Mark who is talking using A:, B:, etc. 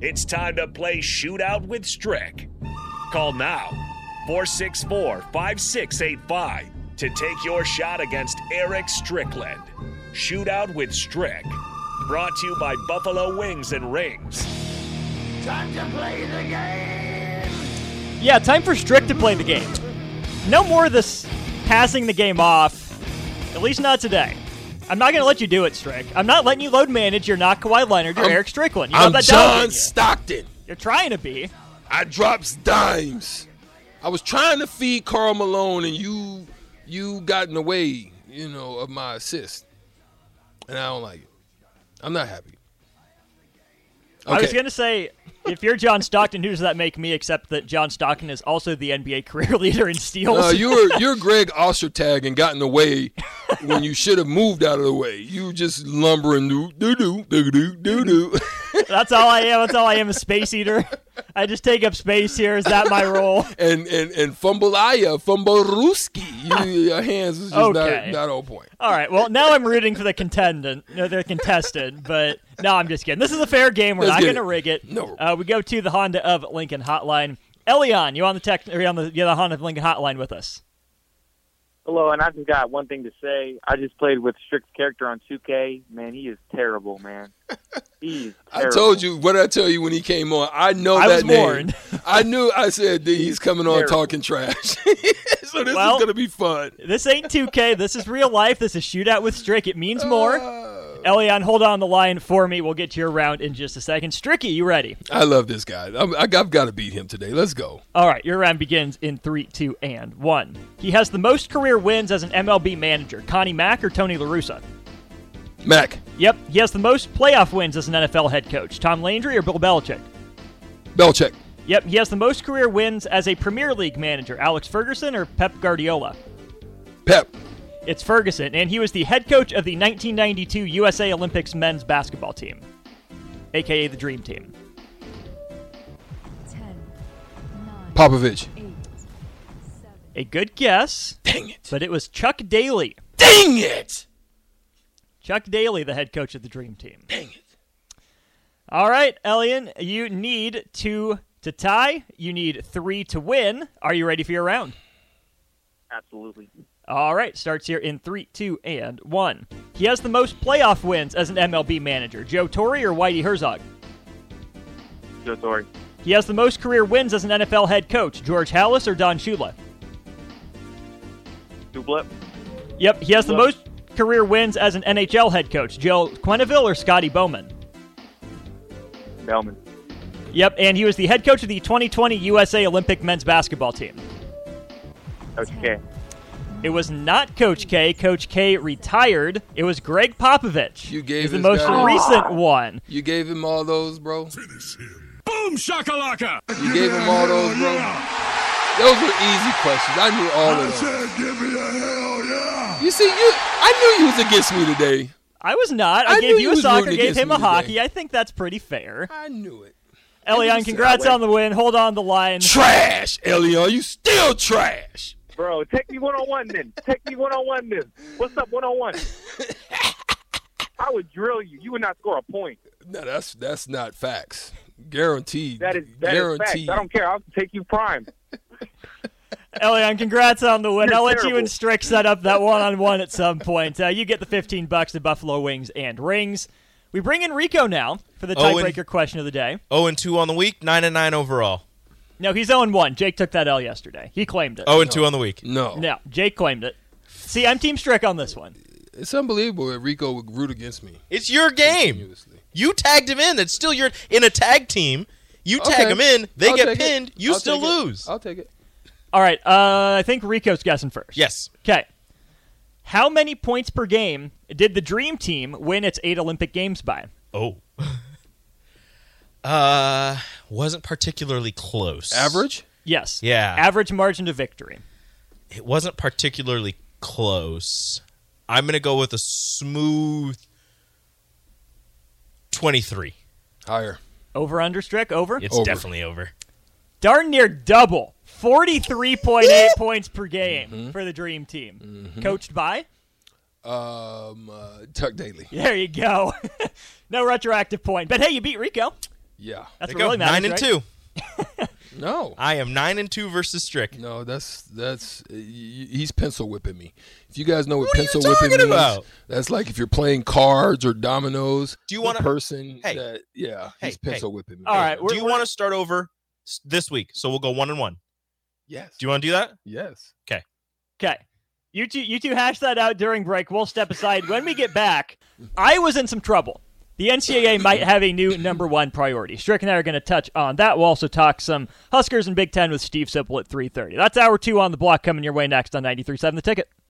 A: It's time to play Shootout with Strick. Call now 464 5685 to take your shot against Eric Strickland. Shootout with Strick. Brought to you by Buffalo Wings and Rings.
B: Time to play the game!
C: Yeah, time for Strick to play the game. No more of this passing the game off. At least not today. I'm not going to let you do it, Strick. I'm not letting you load manage. You're not Kawhi Leonard. You're
D: I'm-
C: Eric Strickland. You have
D: I'm
C: that down
D: John
C: within you.
D: Stockton.
C: You're trying to be.
D: I drops dimes. I was trying to feed Carl Malone, and you you got in the way, you know, of my assist, and I don't like it. I'm not happy.
C: I was
D: Okay.
C: going to say, if you're John Stockton, who does that make me except that John Stockton is also the NBA career leader in steals?
D: Uh, you were you're Greg Ostertag and got in the way when you should have moved out of the way. You just lumbering doo doo doo doo doo doo doo.
C: That's all I am. That's all I am, a space eater. I just take up space here. Is that my role?
D: and and and ah, fumbleaya, fumbleruski. You, your hands is just
C: Okay.
D: not not on point.
C: All right. Well, now I'm rooting for the contendant, no, the contestant. But no, I'm just kidding. This is a fair game. We're
D: Let's
C: not
D: get
C: going to
D: it.
C: rig it.
D: No.
C: Uh, we go to the Honda of Lincoln Hotline. Elion, you on the tech? Are you on the, you on the Honda of Lincoln Hotline with us?
E: Hello, and I just got one thing to say. I just played with Strick's character on 2K. Man, he is terrible, man. He's
D: I
E: terrible.
D: told you what did I tell you when he came on. I know
C: I
D: that
C: was
D: name.
C: warned.
D: I knew. I said "Dude, he's coming on
E: Terrible.
D: talking trash. so this
C: Well,
D: is gonna be fun.
C: This ain't 2K. This is real life. This is shootout with Strick. It means more.
D: Uh.
C: Elion, hold on the line for me. We'll get to your round in just a second. Stricky, you ready?
D: I love this guy. I'm, I, I've got to beat him today. Let's go.
C: All right, your round begins in three, two, and one. He has the most career wins as an MLB manager: Connie Mack or Tony La Russa?
D: Mac
C: Yep, he has the most playoff wins as an NFL head coach. Tom Landry or Bill Belichick?
D: Belichick,
C: Yep, he has the most career wins as a Premier League manager. Alex Ferguson or Pep Guardiola?
D: Pep,
C: It's Ferguson, and he was the head coach of the 1992 USA Olympics men's basketball team, aka the Dream Team.
F: 10, 9,
D: Popovich.
F: 8,
C: A good guess,
D: Dang it!
C: but it was Chuck Daly.
D: Dang it!
C: Chuck Daly, the head coach of the Dream Team.
D: Dang it!
C: All right, Elian, you need two to tie. You need three to win. Are you ready for your round?
E: Absolutely.
C: All right, starts here in three, two, and one. He has the most playoff wins as an MLB manager, Joe Torre or Whitey Herzog.
E: Joe Torre.
C: He has the most career wins as an NFL head coach, George Hallis or Don Shula.
E: Dublip.
C: Yep, he has the
E: Well-
C: most career wins as an NHL head coach, Joe Quenneville or Scotty Bowman.
E: Bellman.
C: Yep, and he was the head coach of the 2020 USA Olympic men's basketball team.
E: Okay.
C: It was not Coach K. Coach K retired. It was Greg Popovich.
D: You gave
C: He's the
D: this
C: most
D: guy-
C: recent one.
D: You gave him all those, bro.
A: Boom shakalaka!
D: You gave him all those, bro. Those were easy questions. I knew all of them.
B: Give me a hell yeah!
D: You see, you. I knew you was against me today.
C: I was not. I,
D: I
C: gave you
D: knew you
C: a
D: was
C: soccer,
D: rooting
C: gave
D: against
C: him
D: me
C: a
D: today.
C: hockey. I think that's pretty fair.
D: I knew it.
C: Elion, congrats on the win. Hold on the line.
D: Trash, Elion. You still trash.
E: Bro, take me one on one then. Take me one on one then. What's up, one on one? I would drill you. You would not score a point.
D: No, that's that's not facts. Guaranteed.
E: That is that is
D: guaranteed.
E: fact. I don't care. I'll take you prime.
C: Elion, congrats on the win.
E: You're
C: I'll let you
E: terrible.
C: and Strick set up that one-on-one at some point. Uh, you get the 15 bucks to Buffalo Wings and Rings. We bring in Rico now for the
G: Owen.
C: tiebreaker question of the day.
G: 0 and 2 on the week, 9 and 9 overall.
C: No, he's 0-1. Jake took that L yesterday. He claimed it.
G: 0 Oh, and 2 on the week.
D: no.
C: No, Jake claimed it. See, I'm Team Strick on this one.
D: It's unbelievable that Rico would root against me.
G: It's your game.
D: Continuously.
G: You tagged him in. That's still your in a tag team. You tag
D: Okay.
G: him in. They
D: I'll
G: get
D: take it.
G: pinned. You
D: I'll
G: still
D: take it.
G: lose.
D: I'll take it.
C: All right, uh, I think Rico's guessing first.
G: Yes.
C: Okay. How many points per game did the Dream Team win its eight Olympic Games by?
G: Oh. uh, wasn't particularly close.
D: Average?
C: Yes.
G: Yeah.
C: Average margin to victory.
G: It wasn't particularly close. I'm gonna go with a smooth twenty-three.
D: Higher.
C: Over under Strick over.
G: It's
D: Over.
G: definitely over.
C: Darn near double. 43.8 points per game
G: Mm-hmm.
C: for the Dream Team. Coached by?
D: Um, uh, Tuck Daly.
C: There you go. no retroactive point. But hey, you beat Rico.
D: Yeah.
C: That's what
G: There you go.
C: really matters.
G: Nine and
C: right?
G: two.
D: No.
G: I am nine and two versus Strick.
D: No, that's that's y- y- he's pencil whipping me. If you guys know what,
G: What are you
D: pencil whipping
G: talking
D: means,
G: about?
D: that's like if you're playing cards or dominoes.
G: Do you
D: the
G: want to?
D: person
G: Hey.
D: that yeah,
G: Hey,
D: he's pencil whipping me.
C: All right,
G: Do
C: we're-
G: you
C: we're-
G: want to start over s- this week? So we'll go one and one.
D: Yes.
G: Do you want to do that?
D: yes.
C: Okay. You two, you two hash that out during break. We'll step aside. When we get back, I was in some trouble. The NCAA might have a new number one priority. Strick and I are going to touch on that. We'll also talk some Huskers and Big Ten with Steve Sipple at 3.30. That's hour two on the block coming your way next on 93.7 The Ticket.